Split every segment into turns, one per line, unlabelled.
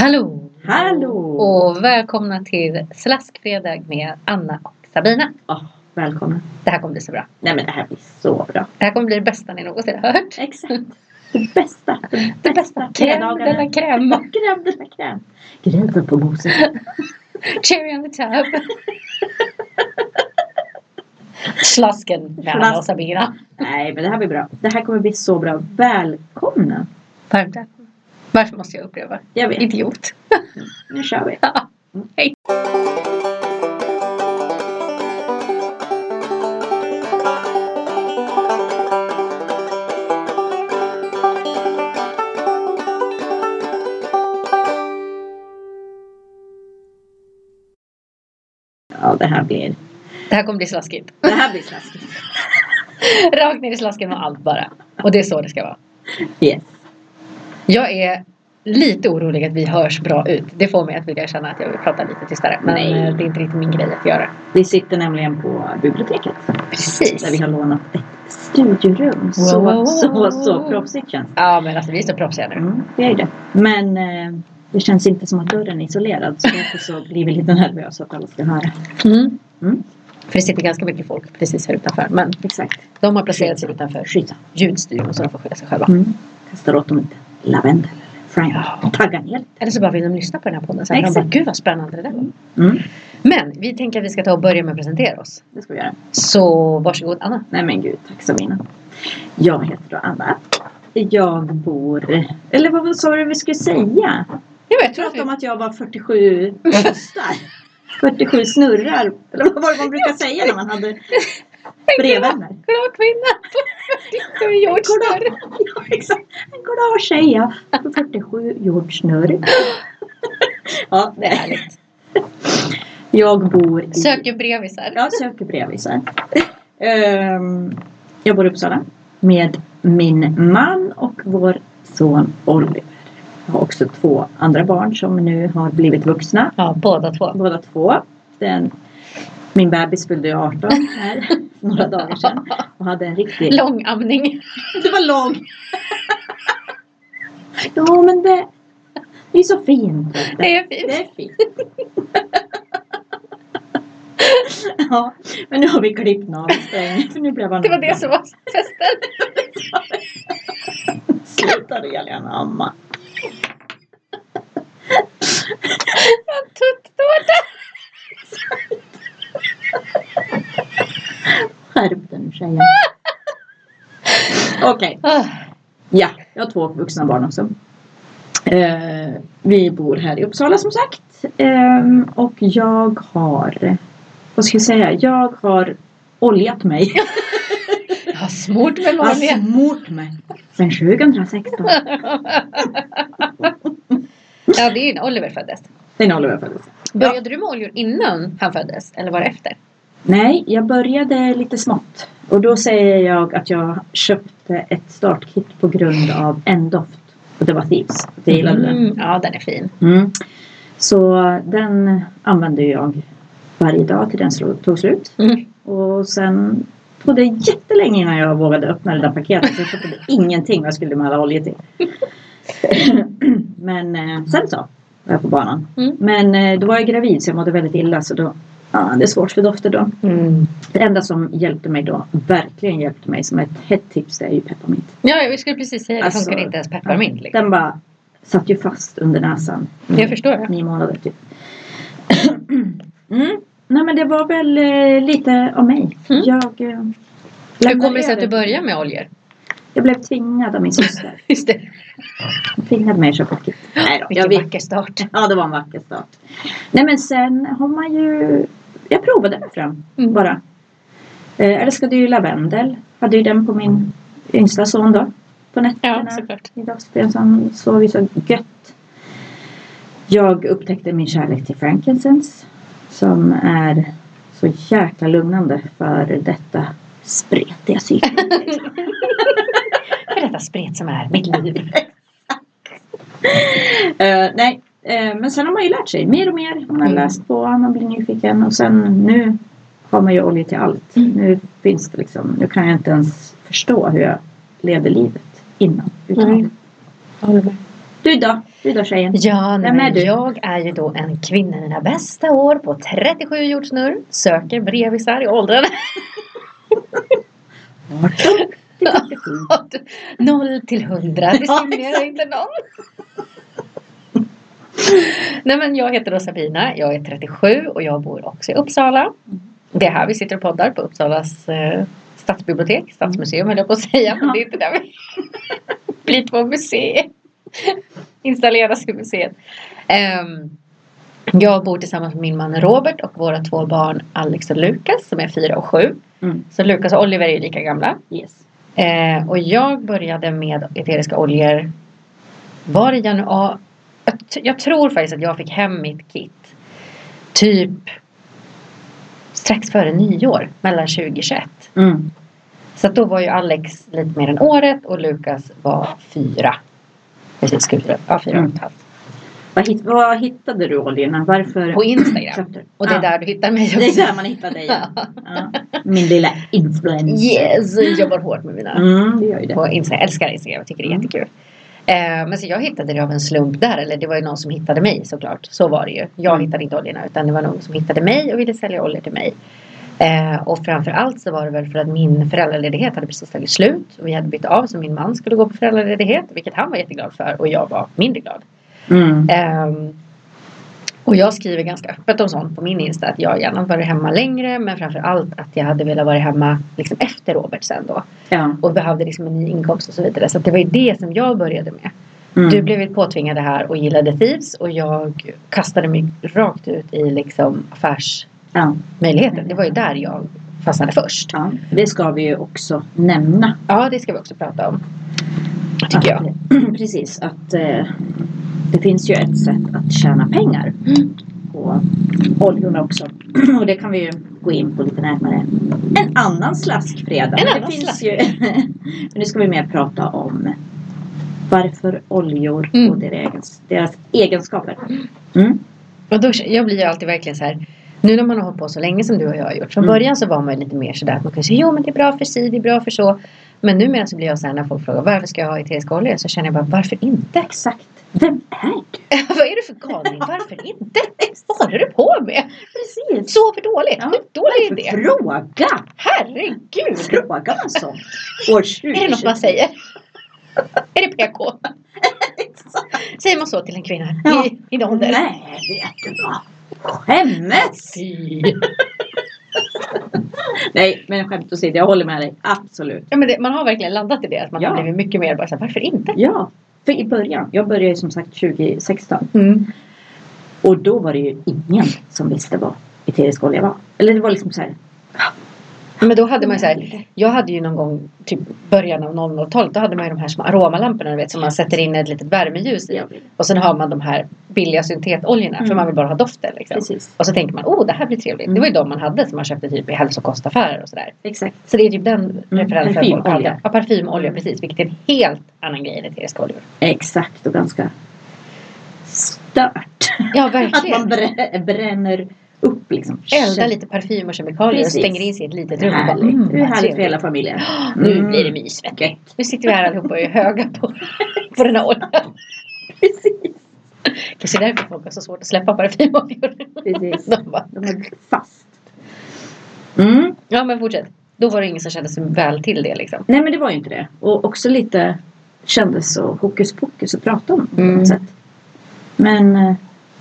Hallå!
Hallå!
Och välkomna till Slaskfredag med Anna och Sabina.
Ja, välkommen.
Det här kommer bli så bra.
Nej men det här blir så bra.
Det här kommer bli det bästa ni någonsin har hört.
Exakt. Det bästa.
Det bästa. Crème de la crème.
Kräm de la kräm. Grädden på moset.
Cherry on the top. Slasken med Anna och Sabina.
Nej men det här blir bra. Det här kommer bli så bra. Välkomna.
Varmt välkomna. Varför måste jag upprepa?
Jag vet.
Idiot.
Nu kör vi.
Hej!
Ja det här blir.
Det här kommer bli slaskigt.
Det här blir slaskigt.
Rakt ner i slasken och allt bara. Och det är så det ska vara.
Yes.
Jag är lite orolig att vi hörs bra ut. Det får mig att vilja känna att jag vill prata lite tystare. Men
Nej.
eh, det är inte riktigt min grej att göra.
Vi sitter nämligen på biblioteket. Där vi
Precis.
har lånat ett studiorum. Så,
Wow, wow, wow.
så, så proffsigt känns det.
Ja men alltså vi är så proffsiga nu.
Mm, det är det. Men eh, det känns inte som att dörren är isolerad. Så därför så blir vi lite nervösa att alla ska höra.
Mm.
Mm.
För det sitter ganska mycket folk precis här utanför. Men
Exakt.
de har placerat sig utanför
Skydda.
ljudstudion så de får skydda sig själva.
Mm. Kastar åt dem lite lavendel eller
Ja.
frank. Taggar ner lite.
Eller så bara vill de lyssna på den här podden sen. De bara,
Exakt.
gud vad spännande det där var.
Mm.
Men vi tänker att vi ska ta och börja med att presentera oss.
Det ska vi göra.
Så varsågod Anna.
Nej men gud, tack Sabina. Jag heter då Anna. Jag bor... Eller vad sa du vi skulle säga?
Jo, jag
Jag
tror att
pratade om
vi...
att jag var 47 höstar. 47 snurrar. Eller vad var det man brukar säga när man hade brevvänner?
Glad kvinna! Det är George Snurr.
Ja, exakt. En goddag tjej ja. 47 George Snurr. Ja, det är härligt. Jag bor i...
Söker brevisar.
Ja, söker brevisar. Ehm, jag bor i Uppsala med min man och vår son Oliver. Jag har också två andra barn som nu har blivit vuxna.
Ja, båda två.
Båda två. Den, min bebis fyllde ju 18 här för några dagar sedan. Och hade en riktig...
Långamning.
Det var lång! ja, men det... Det är så fint. vet
Det
du.
är fint.
Det är fint. ja, men nu har vi klippt navelsträngen. För nu blev han
Det var det som var festen.
Sluta Elin amma.
Tuttårta!
Skärp dig nu tjejen. Okej,
Ah,
ja. Jag har två vuxna barn också. Eh, vi bor här i Uppsala som sagt. Ehm, och jag har... Vad ska jag säga? Jag har oljat mig.
Jag har smort med
Jag har
vanliga.
smort mig. Sen 2016.
Ja, det är ju när Oliver föddes.
Det är en Oliver föddes.
Började du med oljor innan han föddes? Eller var det efter?
Nej, jag började lite smått. Och då säger jag att jag köpte ett startkit på grund av en doft. Och det var Thieves. Jag gillade den.
Mm, ja, den är fin.
Mm. Så den använde jag varje dag till den slog- tog slut.
Mm.
Och sen tog det jättelänge innan jag vågade öppna det där paketet. Så jag fattade ingenting vad jag skulle med alla oljor till. Men eh, sen så var jag på banan.
Mm.
Men eh, då var jag gravid så jag mådde väldigt illa. Så då, ja, det är svårt för dofter då.
Mm.
Det enda som hjälpte mig då, verkligen hjälpte mig som ett hett tips, det är ju pepparmint.
Ja, jag skulle precis säga det.
Alltså,
funkar inte ens pepparmint. Liksom. Mm.
Den bara satt ju fast under näsan.
Jag förstår det.
Nio månader typ. mm. Nej men det var väl eh, lite av mig.
Mm.
Jag, eh,
Hur kommer det sig att du
lämnade över.
börjar med oljor?
Jag blev tvingad av min syster.
Just det.
Hon tvingade mig att köpa kit. Nej då, jag
Vilken
vet.
vacker start.
Ja det var en vacker start. Nej men sen har man ju, jag provade mig fram.
Mm.
bara. Eh, älskade ju lavendel. Hade ju den på min yngsta son då. På
Ja,
nätterna.
såklart.
I dagspegeln så han sov ju så gött. Jag upptäckte min kärlek till frankincense. Som är så jäkla lugnande för detta spretiga psyke.
För detta spret som är mitt liv.
Eh, nej, eh, men sen har man ju lärt sig mer och mer. Man har
Mm.
läst på, man blir nyfiken och sen nu har man ju olja till allt.
Mm.
Nu finns det liksom, nu kan jag inte ens
Mm.
förstå hur jag levde livet innan. Utan.
Nej.
Du då? Du då tjejen?
Ja, nej,
Vem är
men
du?
jag är ju då en kvinna i mina bästa år på 37 jordsnurr. Söker brevisar i åldern Mm. 0 till 100. Diskriminerar inte någon. nej men jag heter då Sabina. Jag är 37 och jag bor också i Uppsala. Det är här vi sitter och poddar på Uppsalas eh, stadsbibliotek. Stadsmuseum höll jag på att säga. Men det är inte där vi blir på museet. Installeras i museet. Ehm, jag bor tillsammans med min man Robert och våra två barn Alex och Lukas som är fyra och sju.
Mm.
Så Lukas och Oliver är ju lika gamla.
Yes.
Eh, och jag började med eteriska oljor. Var i januari. Jag, t- jag tror faktiskt att jag fick hem mitt kit. Typ strax före nyår. Mellan 2021.
Mm.
Så att då var ju Alex lite mer än året och Lukas var fyra. Precis skuren. Ja, fyra och ett halvt.
Vad, hit, vad hittade du oljorna? Varför
På Instagram.
köpte du?
Och det är
Ah,
där du hittar mig också.
det är där man hittar dig. ja. Ja. Min lilla influencer.
Yes, jag jobbar hårt med mina
Mm, det gör ju det.
på Instagram. Jag älskar Instagram, jag tycker det är
Mm.
jättekul. Eh, men så jag hittade det av en slump där, eller det var ju någon som hittade mig såklart. Så var det ju. Jag
Mm.
hittade inte oljorna utan det var någon som hittade mig och ville sälja oljor till mig. Eh, och framförallt så var det väl för att min föräldraledighet hade precis tagit slut och vi hade bytt av så min man skulle gå på föräldraledighet vilket han var jätteglad för och jag var mindre glad.
Mm.
Ehm, och jag skriver ganska öppet om sånt på min Insta att jag gärna varit hemma längre men framförallt att jag hade velat vara hemma liksom efter Robert sen då
Ja.
och behövde liksom en ny inkomst och så vidare. Så att det var ju det som jag började med.
Mm.
Du blev ju påtvingad det här och gillade Thieves och jag kastade mig rakt ut i liksom affärsmöjligheten.
ja.
Det var ju där jag fastnade först.
ja. Det ska vi ju också nämna.
Ja, det ska vi också prata om. Tycker jag.
Att, precis, att eh, det finns ju ett sätt att tjäna pengar
Mm.
på oljorna också. Och det kan vi ju gå in på lite närmare en annan slaskfredag.
En
Men
annan
det finns
slask.
ju, Men nu ska vi mer prata om varför oljor
Mm.
och deras, egens- deras egenskaper. Mm.
Och då, jag blir ju alltid verkligen så här. Nu när man har hållit på så länge som du och jag har gjort. Från
Mm.
början så var man ju lite mer sådär att man kunde säga jo men det är bra för si, det är bra för så. Men numera så blir jag så här när folk frågar varför ska jag ha eteriska oljor? Så känner jag bara varför inte?
Exakt. Vem är du?
Vad är det för galning? Varför inte? Vad håller du på med?
Precis.
Sover dåligt?
Ja.
Skitdålig
Varför
idé!
Fråga!
Herregud!
Fråga man sånt? År 2020.
Är det något man säger? Är det PK? Säger man så till en kvinna i,
Ja.
i din ålder?
Nej, vet du vad? Skämmes!
Fy.
Nej, men skämt åsido, jag håller med dig. Absolut.
Ja, men det, man har verkligen landat i det. Att man har
Ja.
blivit mycket mer bara så här, varför inte?
Ja, för i början. Jag började ju som sagt 2016.
Mm.
Och då var det ju ingen som visste vad eterisk olja var. Eller det var liksom så här.
Men då hade man ju så här, jag hade ju någon gång typ början av 00-talet, då hade man ju de här små aromalamporna du vet som man sätter in ett litet värmeljus i. Och sen har man de här billiga syntetoljorna för
Mm.
man vill bara ha doften liksom.
Precis.
Och så tänker man, oh det här blir trevligt.
Mm.
Det var ju de man hade som man köpte typ i hälsokostaffärer och sådär.
Exakt.
Så det är typ den referensen
Mm. parfymolja.
folk hade. Ja, parfymolja
Mm.
precis. Vilket är en helt annan grej än eteriska oljor.
Exakt och ganska stört.
Ja,
Att man
verkligen.
brä- bränner upp liksom.
Elda lite parfym och kemikalier
Precis.
och stänger in sig i ett litet rum. och bara,
Härligt.
mm,
det är
vad
härligt för
trevligt.
hela familjen.
Nu
Mm.
blir det mys. vet du.
Gött.
Nu sitter vi här allihopa och är höga på, på den här oljan.
Precis.
Kanske därför folk har så svårt att släppa parfymoljor.
Precis.
De bara,
De är fast. Mm.
Ja men fortsätt. Då var det ingen som kände sig väl till det liksom.
Nej men det var ju inte det. Och också lite kändes så hokus pokus att prata om på
Mm.
något sätt. Men eh,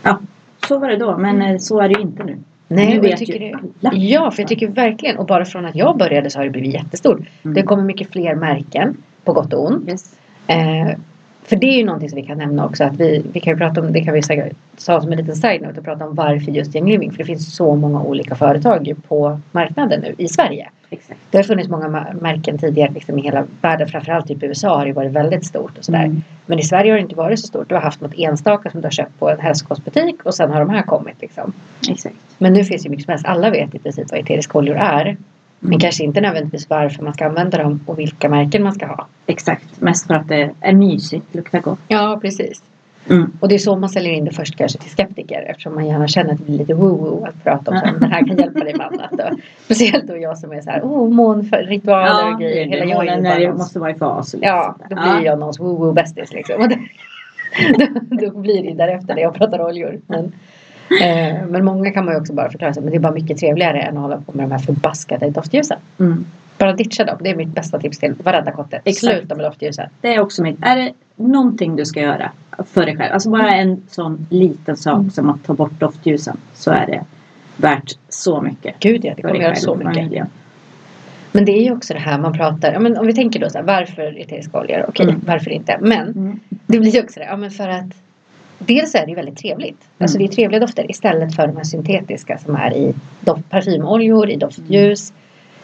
ja, så var det då. Men eh, så är det ju inte nu.
Nej,
nu
och jag
vet
tycker
ju
det-
alla.
Ja, för jag tycker verkligen, och bara från att jag började så har det blivit jättestort.
Mm.
Det kommer mycket fler märken, på gott och ont.
Yes.
Eh, för det är ju någonting som vi kan nämna också. Att vi, vi kan ju prata om, det kan vi säga ta som en liten side-note och prata om varför just Young Living. För det finns så många olika företag ju på marknaden nu i Sverige.
Exakt.
Det har funnits många ma- märken tidigare liksom i hela världen. Framförallt typ i USA har det varit väldigt stort och sådär.
Mm.
Men i Sverige har det inte varit så stort. Du har haft något enstaka som du har köpt på en hälsokostbutik och sen har de här kommit liksom.
Exakt.
Men nu finns det ju mycket som helst. Alla vet i princip vad eteriska oljor är.
Mm.
Men kanske inte nödvändigtvis varför man ska använda dem och vilka märken man ska ha.
Exakt. Mest för att det är mysigt, luktar gott.
Ja, precis.
Mm.
Och det är så man säljer in det först kanske till skeptiker eftersom man gärna känner att det blir lite woo-woo att prata om så här, men det här kan hjälpa dig med annat. Och, speciellt då jag som är så här, oh månritualer och grejer.
det
Hela
är det.
jag är ju
Månen när
bara
det
någons,
måste vara i fas. och lite
Ja,
sånt där.
då blir jag någons woo-woo bästis liksom. Och det, då, då blir det därefter när jag pratar oljor. Men, eh, men många kan man ju också bara förklara sig. Men det är bara mycket trevligare än att hålla på med de här förbaskade doftljusen.
Mm.
Bara ditcha dem. Det är mitt bästa tips till varenda kotte.
Exakt.
Sluta med doftljusen.
Det är också mitt. Är det någonting du ska göra för dig själv, alltså bara en sån liten
Mm.
sak som att ta bort doftljusen så är det värt så mycket.
Gud ja, det
för
kommer
dig
göra
själv
så
och
mycket.
familjen.
Men det är ju också det här man pratar. Ja, men om vi tänker då så här, varför eteriska oljor? Okej,
Mm.
varför inte? Men
Mm.
det blir ju också det. Ja, men för att dels är det ju väldigt trevligt.
Mm.
Alltså det är trevliga dofter istället för de här syntetiska som är i doft, parfymoljor, i doftljus.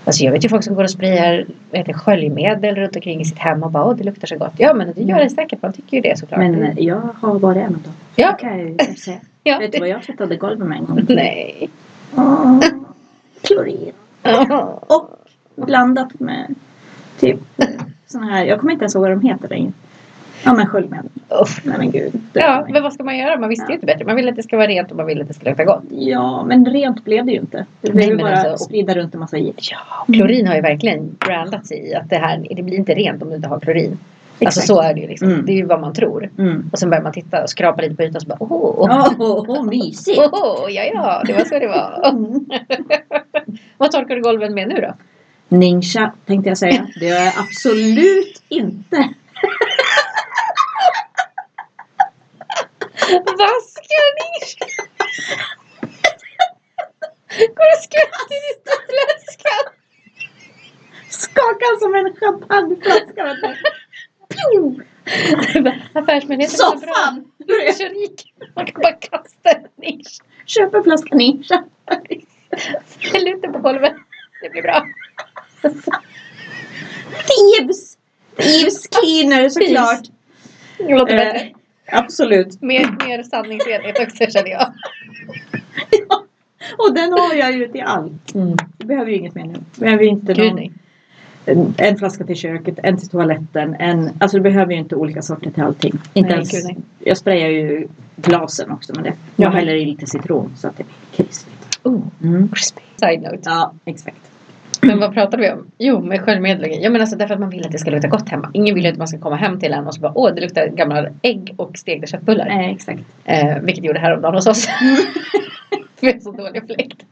Alltså jag vet ju folk som går och sprider vad heter det, sköljmedel runt omkring i sitt hem och bara åh det luktar så gott. Ja men det gör det säkert, man tycker ju det såklart.
Mm. Men eh, jag har varit en av dem.
Ja.
Det kan jag ju säga.
ja,
Vet du vad jag tvättade golvet med en gång?
Nej.
Åh, Klorin.
Ja.
Och blandat med typ sån här, jag kommer inte ens ihåg vad de heter längre. Ja men sköljmedel.
Uff.
Nej men gud. det
Ja,
var
men vad ska man göra? Man visste ju inte bättre. Man vill att det ska vara rent och man vill att det ska lukta gott.
Ja, men rent blev det ju inte. Det blev
Nej,
ju
men
bara
alltså-
sprida runt en massa i.
Ja, mm. klorin har ju verkligen brandat sig i att det här det blir inte rent om du inte har klorin. Alltså så är det ju liksom.
Mm.
Det är ju vad man tror.
Mm.
Och sen börjar man titta och skrapa lite på ytan och så bara åh, åh,
Åh, oh, mysigt!
åh, ja ja, det var så det var. vad torkar du golven med nu då?
Ninja tänkte jag säga. Det gör jag absolut inte.
Vaskning! Går och skvätter i flaskan?
Skakar som en champagneflaska. vet du. Pju!
Affärsmännigheten är så bra.
Soffan! Du vet,
Kyrk. Man kan bara kasta en nisch.
Köp en flaska ninja.
Häll ut den på golvet. Det blir bra.
Thieves! Thieves cleaner såklart.
Det låter bättre.
Eh, absolut.
Mer, mer sanningsenlighet också känner jag.
Ja. Och den har jag ju till allt. Du behöver ju inget mer nu. Du behöver ju inte
Gud
någon
nej.
en, en flaska till köket, en till toaletten, en... Alltså du behöver ju inte olika sorter till allting. Inte
Nej,
ens,
gud, nej.
Jag sprayar ju glasen också med det. Jag
Mhm.
häller i lite citron så att det blir krispigt.
Oh, crispy. Side note.
Ja, exakt.
Men vad pratade vi om? Jo, med sköljmedel. Ja men alltså därför att man vill att det ska lukta gott hemma. Ingen vill ju att man ska komma hem till en och så bara åh det luktar gamla ägg och stekta köttbullar.
Nej, exakt.
Eh, vilket gjorde häromdagen hos oss. Vi har så dålig fläkt.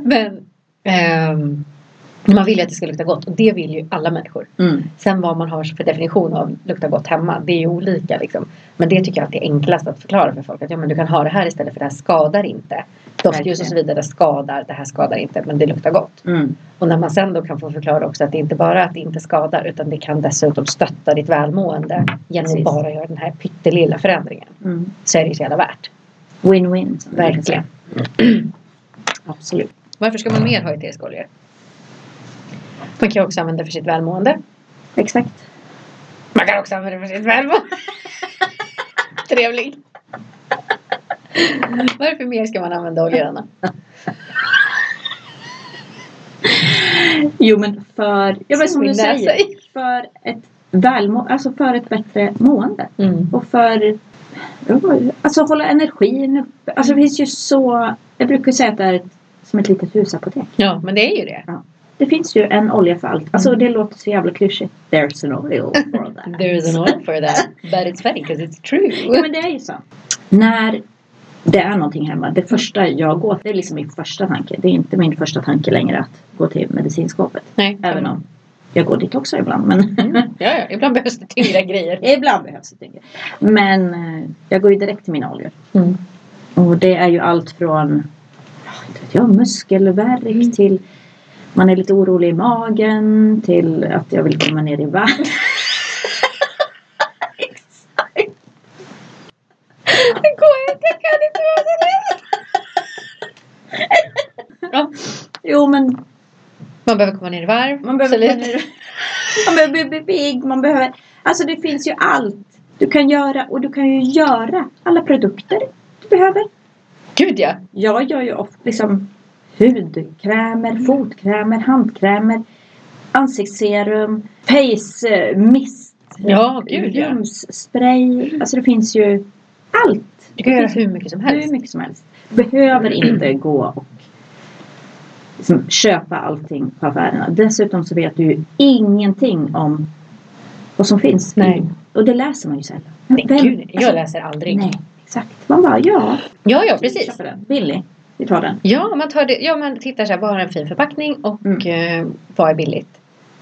men ehm, man vill ju att det ska lukta gott och det vill ju alla människor.
Mm.
Sen vad man har för definition av lukta gott hemma, det är ju olika liksom. Men det tycker jag att det är enklast att förklara för folk. Att ja, men du kan ha det här istället för det här skadar inte. Doftljus och så vidare skadar, det här skadar inte, men det luktar gott.
Mm.
Och när man sen då kan få förklara också att det inte bara att det inte skadar utan det kan dessutom stötta ditt välmående genom att
Precis.
bara göra den här pyttelilla förändringen.
Mm.
Så är det ju så jävla värt.
Win-win. som vi brukar
Verkligen.
säga. Absolut.
Varför ska man mer ha eteriska oljor? Man kan ju också använda det för sitt välmående.
Exakt.
Man kan också använda det för sitt välmående. Trevlig. Varför mer ska man använda oljor Anna?
Jo, men för... Ja, men som du
Skinna
säger.
sig.
För ett välmå... Alltså för ett bättre mående.
Mm.
Och för alltså hålla energin uppe. Alltså det finns ju så, jag brukar säga att det är ett, som ett litet husapotek.
Ja, men det är ju det.
Det finns ju en olja för allt. Alltså det låter så jävla klyschigt. There's an oil for that.
There's an oil for that. But it's funny because it's
Ja
true.
men det är ju så. När det är någonting hemma, det första jag går till, det är liksom min första tanke. Det är inte min första tanke längre att gå till medicinskåpet.
Nej,
Även om jag går dit också ibland. Men
Mm. Ja, ja, ibland behövs det tyngre grejer.
ibland behövs det inte. Men eh, jag går ju direkt till mina oljor.
Mm.
Och det är ju allt från ja, inte vet jag, muskelvärk
Mm.
till man är lite orolig i magen till att jag vill komma ner i varv.
Det går inte, jag kan inte vara så lätt. Ja,
Jo men
man behöver komma ner i varv.
man behöver,
Absolut.
man, man behöver bli pigg, man behöver Alltså det finns ju allt du kan göra och du kan ju göra alla produkter du behöver.
Gud ja.
Jag gör ju ofta liksom hudkrämer, fotkrämer, handkrämer, ansiktsserum, face eh, mist,
Ja, gud ja.
ljumsspray. Alltså det finns ju allt.
Du kan göra hur mycket som
Hur
helst.
mycket som helst. Behöver inte gå och liksom köpa allting på affärerna. Dessutom så vet du ju ingenting om vad som finns
Nej.
i Och det läser man ju sällan.
Nej,
Vem-
gud, jag
alltså,
läser aldrig.
Nej, exakt. Man bara ja.
Ja, ja, precis.
Köpa den. Billig. Vi tar den.
Ja, man, tar det, ja, man tittar så här, vad har en fin förpackning och
Mm.
eh, vad är billigt?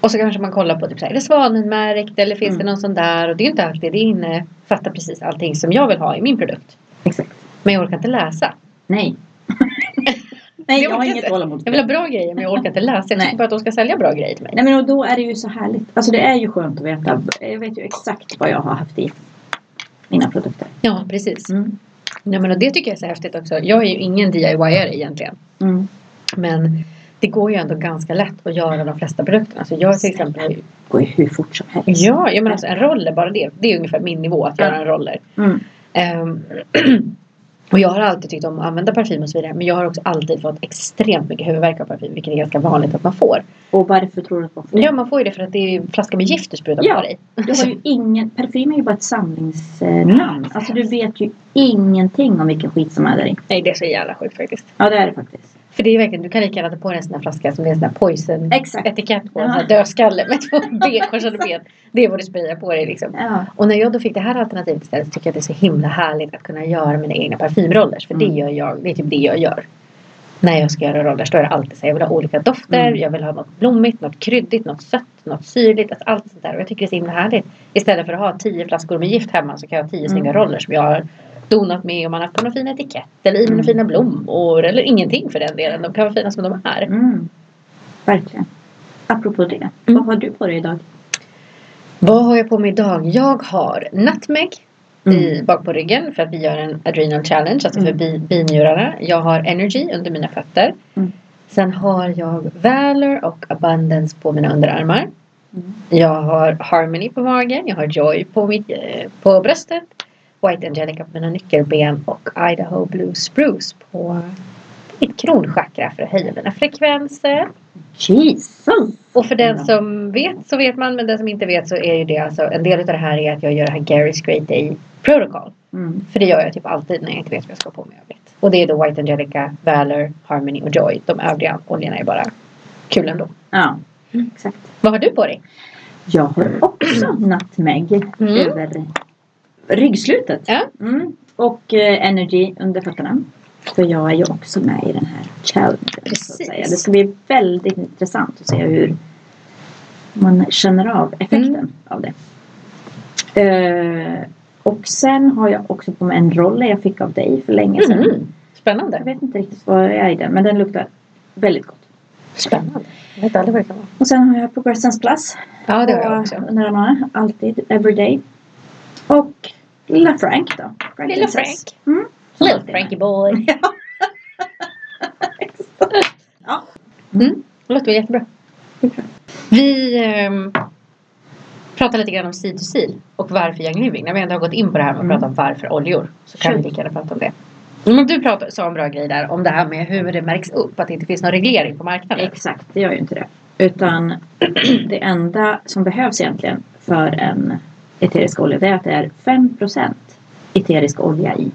Och så kanske man kollar på, typ så här, är det svanenmärkt eller finns
Mm.
det någon sån där? Och det är ju inte alltid det innefattar precis allting som jag vill ha i min produkt.
Exakt.
Men jag orkar inte läsa.
Nej. Nej, jag har
orkar
inget
inte.
tålamod.
Jag vill ha bra grejer men jag orkar inte läsa. Jag
Nej.
tycker bara att de ska sälja bra grejer till mig.
Nej men och då är det ju så härligt. Alltså det är ju skönt att veta. Jag vet ju exakt vad jag har haft i mina produkter.
Ja, precis.
Mm.
Nej, men och det tycker jag är så häftigt också. Jag är ju ingen DIY-are egentligen.
Mm.
Men det går ju ändå ganska lätt att göra de flesta produkterna. Så jag till exempel,
Går ju hur fort som helst.
ja, jag menar alltså en roller, bara det. Det är ungefär min nivå att göra en roller.
Mm.
Ehm, och jag har alltid tyckt om att använda parfym och så vidare. Men jag har också alltid fått extremt mycket huvudvärk av parfym. Vilket är ganska vanligt att man får.
Och varför tror du att man får
Ja, man får ju det för att det är en flaska med gift du sprutar
Ja.
på dig.
Du har ju ingen, parfym är ju bara ett samlingsnamn. Alltså du vet ju ingenting om vilken skit som är där i.
Nej, det är så jävla sjukt faktiskt.
Ja det är det faktiskt.
För det är verkligen, du kan lika gärna ta på dig en sån här flaska som det är en sån här poison
Exakt.
etikett på en sån här
Ja.
dödskalle med två ben, korsade ben. Det är vad du sprayar på dig liksom.
Ja.
Och när jag då fick det här alternativet istället så tycker jag att det är så himla härligt att kunna göra mina egna parfymrollers. För
Mm.
det gör jag, det är typ det jag gör. När jag ska göra rollers då är det alltid så här, jag vill ha olika dofter,
Mm.
jag vill ha något blommigt, något kryddigt, något sött, något syrligt, alltså allt sånt där. Och jag tycker det är så himla härligt. Istället för att ha tio flaskor med gift hemma så kan jag ha tio
Mm.
snygga rollers som jag har donat med och man har haft på någon fin etikett eller i med
Mm.
några fina blommor eller ingenting för den delen. De kan vara fina som de är.
Mm. Verkligen. Apropå det.
Mm.
Vad har du på dig idag?
Vad har jag på mig idag? Jag har nutmeg
Mm.
i, bak på ryggen för att vi gör en adrenal challenge, alltså för
Mm.
bi, binjurarna. Jag har energy under mina fötter.
Mm.
Sen har jag valor och abundance på mina underarmar.
Mm.
Jag har harmony på magen, jag har joy på, mitt, eh, på bröstet. White angelica på mina nyckelben och Idaho blue spruce på mitt kronchakra för att höja mina frekvenser.
Jesus!
Och för den
Ja.
som vet så vet man, men den som inte vet så är ju det alltså en del av det här är att jag gör det här Gary's Great Day Protocol.
Mm.
För det gör jag typ alltid när jag inte vet vad jag ska ha på mig i övrigt. Och det är då White Angelica, Valor, Harmony och Joy. De övriga oljorna är bara kul ändå.
Ja,
Mm.
exakt.
Vad har du på dig?
Jag har också
Mm.
nutmeg över ryggslutet.
Ja.
Mm. Och eh, energy under fötterna. För jag är ju också med i den här challengen. så att
Precis.
säga. Det ska bli väldigt intressant att se hur man känner av effekten
Mm.
av det. Eh, och sen har jag också på mig en roller jag fick av dig för länge sedan.
Mhm.
Jag
Spännande.
vet inte riktigt vad jag är i den men den luktar väldigt gott.
Spännande. Jag vet aldrig vad det kan vara.
Och sen har jag på Grassens Plus
Ja, det har jag
och
också.
Under armarna, alltid, everyday. Och lilla Frank då. Frank
Lilla
and Sis.
Frank.
Mm.
Little Frankie boy.
Ja.
Mm. Det låter väl jättebra. Vi ehm, pratar lite grann om seed to seal och varför Young Living. När vi ändå har gått in på det här med att
Mm.
prata om varför oljor så kan
Sure.
vi lika gärna prata om det. Mm, Men du pratade, sa en bra grej där om det här med hur det märks upp att det inte finns någon reglering på marknaden.
Exakt, det gör ju inte det. Utan det enda som behövs egentligen för en eterisk olja det är att det är 5% eterisk olja i.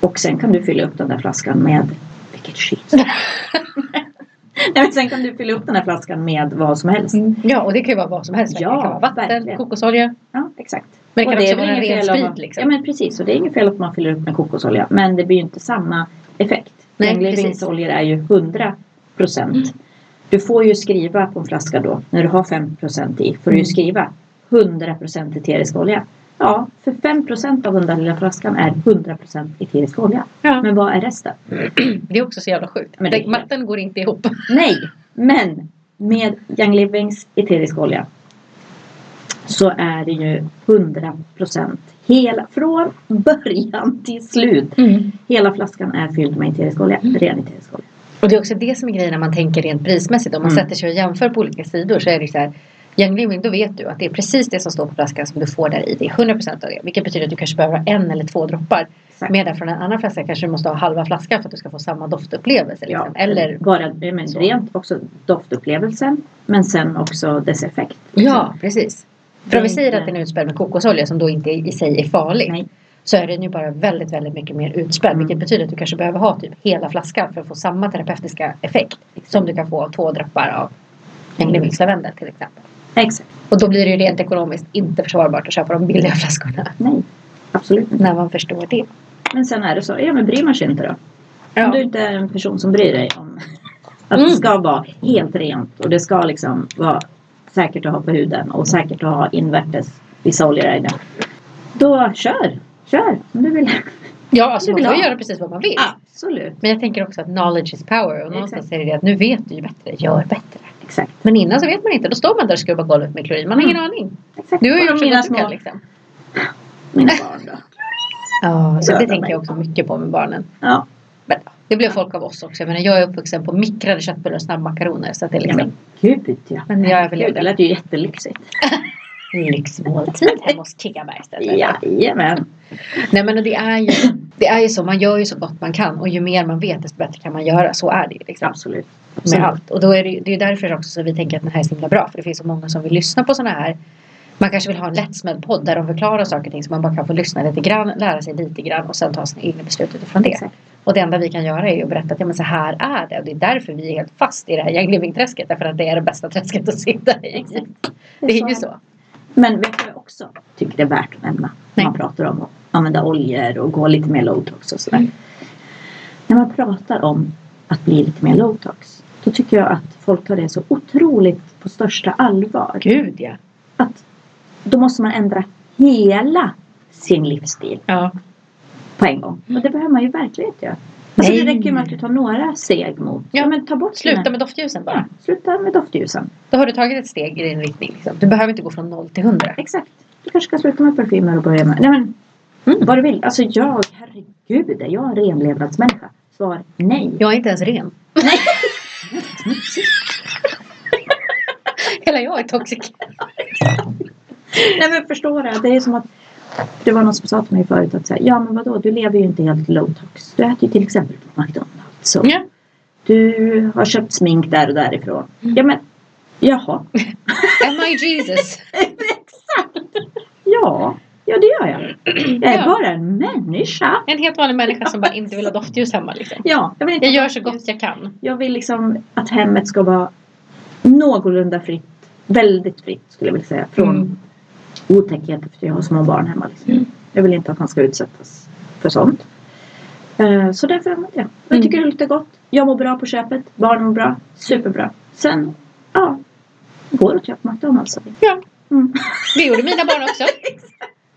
Och sen kan du fylla upp den där flaskan med vilket skit. Nej, men sen kan du fylla upp den här flaskan med vad som helst.
Ja, och det kan ju vara vad som helst.
Mm. Ja,
det kan vara vatten,
verkligen.
kokosolja.
Ja, exakt.
Men det
Och
kan också
är väl
vara en
inget
ren
fel om
sprit,
man-
liksom.
Ja men precis och det är inget fel att man fyller upp med kokosolja. Men det blir ju inte samma effekt.
Nej, Mm.
Längliggningsoljor är ju 100 procent. Du får ju skriva på en flaska då när du har 5 procent i. Får du ju
Mm.
skriva 100 procent eterisk olja. Ja, för 5 procent av den där lilla flaskan är 100 procent eterisk olja.
Ja.
Men vad är resten?
Det är också så jävla sjukt.
Men det-
Det- Matten går inte ihop.
Nej, men med Young Livings eterisk olja så är det ju 100% hela, från början till slut. Hela flaskan är fylld med eterisk olja,
Mm.
ren eterisk olja.
Och det är också det som är grejen när man tänker rent prismässigt. Om man
Mm.
sätter sig och jämför på olika sidor så är det så här. Young Living, då vet du att det är precis det som står på flaskan som du får där i. Det är 100% av det. Vilket betyder att du kanske behöver ha en eller två droppar.
Exakt.
Medan från en annan flaska kanske du måste ha halva flaskan för att du ska få samma doftupplevelse. Liksom. Eller,
bara ja, men
så.
rent också doftupplevelsen men sen också dess effekt.
ja, Liksom. precis. För om vi
Det är
säger
inte-
att den är utspädd med kokosolja som då inte i sig är farlig.
Nej.
Så är den ju bara väldigt, väldigt mycket mer utspädd.
Mm.
Vilket betyder att du kanske behöver ha typ hela flaskan för att få samma terapeutiska effekt. Som du kan få av två droppar av Young Livings lavendel till exempel.
Exakt.
Och då blir det ju rent ekonomiskt inte försvarbart att köpa de billiga flaskorna.
Nej, absolut inte.
När man förstår det.
Men sen är det så, ja men bryr man sig inte då?
Ja.
Om du inte är en person som bryr dig om att
Mm.
det ska vara helt rent och det ska liksom vara säkert att ha på huden och säkert att ha invärtes visolier i den. Då kör! Kör om du vill.
Ja, alltså man
Det
får
vill
ju
jag.
göra precis vad man vill.
Absolut.
Men jag tänker också att knowledge is power. Och någonstans
Exakt.
är det det att nu vet du ju bättre, gör bättre.
Exakt.
Men innan så vet man inte. Då står man där och skrubbar golvet med klorin. Man har ingen aning.
Exakt.
Du har ju
Och de
gjort så
Mm. mina
gott du
små
kan liksom.
mina barn då.
Ja, så det
Döda
tänker
mig.
jag också mycket på med barnen.
Ja.
Men det blev folk av oss också. Jag menar, jag är uppvuxen på mikrade köttbullar och snabbmakaroner. Så att det är
ja
liksom
men gud ja.
Men jag överlevde.
Gud, det lät ju jättelyxigt.
lyxmåltid hemma hos Kigga Bergstedt. vet du.
Jajamän.
Nej men och det är, ju, det är ju så. Man gör ju så gott man kan. Och ju mer man vet desto bättre kan man göra. Så är det ju liksom.
Absolut.
med
Men-
allt. Och då är det, ju- det är därför också som vi tänker att den här är så himla bra. För det finns så många som vill lyssna på sådana här. Man kanske vill ha en lättsmält podd där de förklarar saker och ting. Så man bara kan få lyssna lite grann, lära sig lite grann och sen ta sina egna beslut utifrån det.
Exakt.
Och det enda vi kan göra är ju att berätta att ja, men så här är det. Och det är därför vi är helt fast i det här Young Därför att det är det bästa träsket att sitta i.
Exakt.
Det är ju så.
Men vet du vad jag också tycker det är värt att nämna?
Nej.
När man pratar om att använda oljor och gå lite mer lowtox och sådär.
Mm.
När man pratar om att bli lite mer lowtox. Då tycker jag att folk tar det så otroligt på största allvar.
Gud ja.
Att då måste man ändra hela sin livsstil
Ja.
på en gång. Och det behöver man ju verkligen inte göra. Alltså det räcker ju med att du tar några steg mot.
Ja.
men ta bort
Sluta
dina-
med doftljusen bara.
ja, sluta med doftljusen.
Då har du tagit ett steg i din riktning. Liksom. Du behöver inte gå från noll till hundra.
Exakt. Du kanske ska sluta med parfymer och börja med... Nej men, mm, vad du vill. Alltså jag, herregud, är jag en renlevnadsmänniska? Svar nej.
Jag är inte ens ren.
Nej.
Hela jag är toxic.
nej men förstår du? Det är som att... Det var någon som sa till mig förut att säga, ja men vadå, du lever ju inte helt low-tox. Du äter ju till exempel på McDonalds. Och
Ja.
Du har köpt smink där och därifrån.
Mm.
Ja men, jaha.
Am I Jesus?
Ja, ja det gör jag. Jag är
Ja.
bara en människa.
En helt vanlig människa som bara inte vill ha doftljus hemma. Liksom.
Ja, jag vill inte
Jag gör så gott jag kan.
Jag vill liksom att hemmet ska vara någorlunda fritt. Väldigt fritt skulle jag vilja säga. Från
Mm.
otäckhet för jag har små barn hemma. Liksom. Jag vill inte att han ska utsättas för sånt. Eh, Så därför använder jag. Och
Mm.
Jag tycker det luktar gott. Jag mår bra på köpet. Barnen mår bra. Superbra. Sen, ja. Går och köper McDonalds.
Ja,
Mm.
det gjorde mina barn också.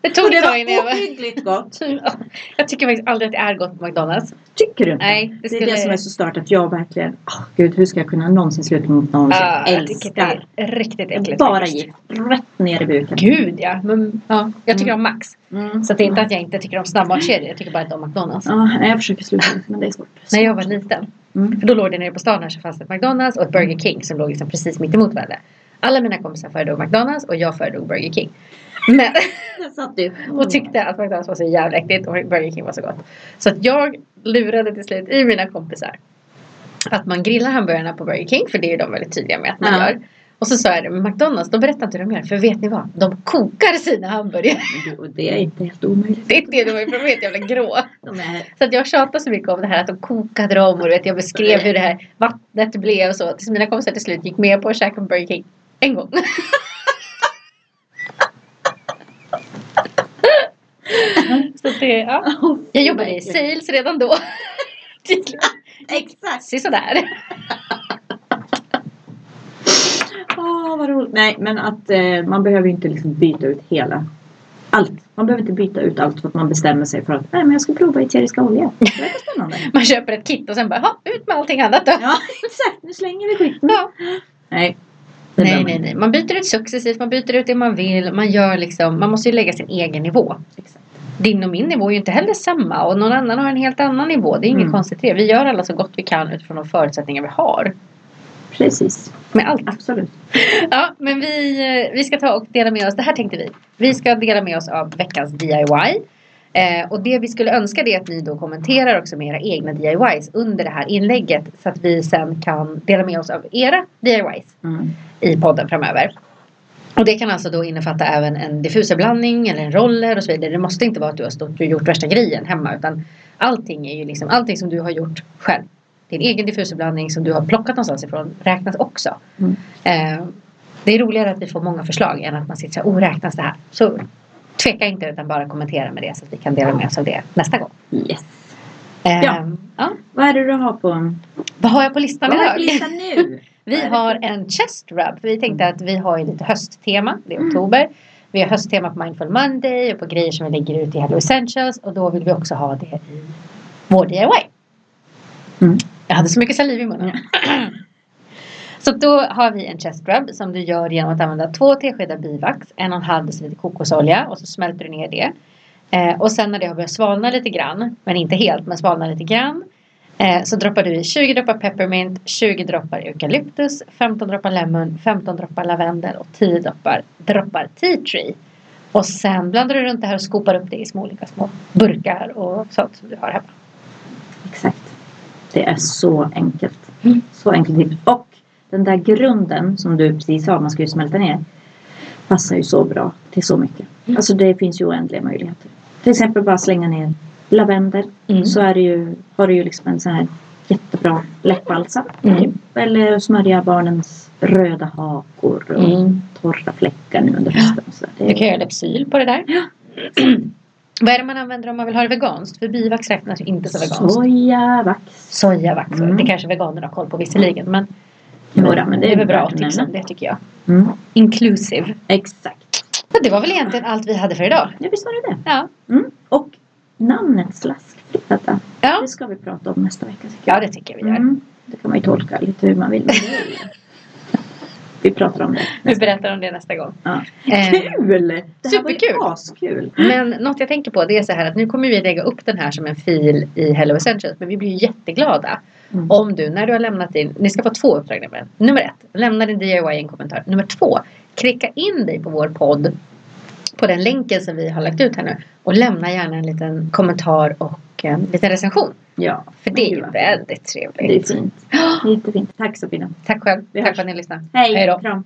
Det tog
Och
ett
det
tag innan jag
var
var...
ohyggligt gott.
Jag tycker faktiskt aldrig att det är gott på McDonalds.
Tycker du inte?
Nej, det
Det är
skulle...
det som är så stört att jag verkligen, åh gud hur ska jag kunna någonsin sluta med McDonalds?
Ah,
jag
jag tycker
älskar
det är riktigt äckligt.
Bara
faktiskt.
gift. Rätt ner i buken.
Gud ja. Men, ja. Jag tycker om Max.
Mm.
Så det är inte att jag inte tycker om snabbmatskedjor. Jag tycker bara inte om McDonalds.
Ja, nej, jag försöker sluta men det är svårt.
När jag var liten.
Mm.
För då låg det nere på stan här så fanns det ett McDonalds och ett Burger King som låg liksom precis mitt emot varandra. Alla mina kompisar föredrog McDonalds och jag föredrog Burger King. Men,
Satt du
och tyckte att McDonalds var så jävla äckligt och Burger King var så gott. Så att jag lurade till slut i mina kompisar att man grillar hamburgarna på Burger King för det är ju de väldigt tydliga med att man
Ja.
gör. Och så sa jag det med McDonalds, de berättar inte hur de gör för vet ni vad? De kokar sina hamburgare.
Och det är inte helt omöjligt.
Det är det de är, för de är helt jävla grå.
De är...
Så att jag tjatade så mycket om det här att de kokade dem och du vet, jag beskrev hur det här vattnet blev och så. Tills mina kompisar till slut gick med på att käka på Burger King en gång. så att det, ja. Jag jobbade i sales redan då.
Exakt!
Se sådär.
Åh, vad roligt. Nej, men att eh, man behöver ju inte liksom byta ut hela allt. Man behöver inte byta ut allt för att man bestämmer sig för att nej, men jag ska prova eteriska olja. Det verkar spännande.
Man köper ett kit och sen bara, ha, ut med allting annat då.
Ja, exakt. Nu slänger vi skiten.
Ja.
Nej. Det
Nej,
behöver
nej,
man
nej. Man byter ut successivt, man byter ut det man vill. Man gör liksom, man måste ju lägga sin egen nivå.
inte. Exakt.
din och min nivå är ju inte heller samma och någon annan har en helt annan nivå. Det är inget
Mm.
konstigt i det. Vi gör alla så gott vi kan utifrån de förutsättningar vi har.
Precis.
Med allt.
Absolut.
Ja, men vi, eh, vi ska ta och dela med oss. Det här tänkte vi. Vi ska dela med oss av veckans DIY. Eh, och det vi skulle önska det är att ni då kommenterar också med era egna DIYs under det här inlägget. Så att vi sen kan dela med oss av era DIYs
Mm.
i podden framöver. Och det kan alltså då innefatta även en diffuserblandning eller en roller och så vidare. Det måste inte vara att du har stått och gjort värsta grejen hemma utan allting är ju liksom allting som du har gjort själv. Din egen diffuserblandning som du har plockat någonstans ifrån räknas också.
Mm.
Eh, Det är roligare att vi får många förslag än att man sitter så här, oh räknas det här? Så tveka inte utan bara kommentera med det så att vi kan dela med oss av det nästa gång.
Yes.
Ja. ja.
Vad är det du har på?
Vad har jag på listan
Vad har du på
idag?
listan nu? Vad
Vi
är det? Mm.
har en chest rub. Vi tänkte att vi har ju lite hösttema. Det är oktober. Vi har hösttema på Mindful Monday och på grejer som vi lägger ut i Hello Essentials. Och då vill vi också ha det i vår DIY.
Mm.
Jag hade så mycket saliv i munnen. Så då har vi en chest rub som du gör genom att använda två teskedar bivax, en och en halv deciliter kokosolja och så smälter du ner det. Eh, och sen när det har börjat svalna lite grann, men inte helt, men svalna lite grann. Eh, så droppar du i 20 droppar peppermint, 20 droppar eukalyptus, 15 droppar lemon, 15 droppar lavendel och 10 droppar, droppar tea tree. Och sen blandar du runt det här och skopar upp det i små olika små burkar och sånt som du har hemma.
Exakt. Det är så enkelt.
Mm.
Så enkelt tips. Och den där grunden som du precis sa, man ska ju smälta ner. Passar ju så bra till så mycket.
Mm.
Alltså det finns ju oändliga möjligheter. Till exempel bara slänga ner lavendel.
Mm.
Så är det ju, har du ju liksom en sån här jättebra läppbalsam.
Mm.
Typ. Eller smörja barnens röda hakor och
Mm.
torra fläckar nu under hösten. och Så det
Du
är,
kan göra Lypsyl på det där.
Ja.
Vad är det man använder om man vill ha det veganskt? För bivax räknas ju inte som veganskt.
Soja, vax.
Sojavax. va?
Mm.
Det kanske veganerna har koll på visserligen. Men,
Några, men det är
väl bra
värt
att
att
tipsa om
nämna.
det tycker jag.
Mm.
Inclusive.
Exakt.
Så det var väl egentligen allt vi hade för idag.
Ja, visst var det det.
Ja,
Mm. Och namnet slaskfrittata.
ja.
Det ska vi prata om nästa vecka. tycker
ja det tycker jag vi gör.
Mm. Det kan man ju tolka lite hur man vill. men det är ju- vi pratar om det.
Vi berättar om det nästa gång.
Ja.
Eh,
Kul! Det här var ju
Superkul.
askul.
men något jag tänker på det är så här att nu kommer vi lägga upp den här som en fil i Hello Essentials. Men vi blir ju jätteglada
Mm.
om du när du har lämnat din, ni ska få två uppdrag nämligen. Nummer ett, lämna din DIY i en kommentar. Nummer två, klicka in dig på vår podd på den länken som vi har lagt ut här nu och lämna gärna en liten kommentar och en liten recension.
Ja,
För det är ju
Gud, vad
väldigt
Det är
trevligt.
fint. Jättefint. Tack Sabina.
Tack själv.
Vi
Tack
hörs.
för att ni lyssnade.
Hej,
Hej då.
kram.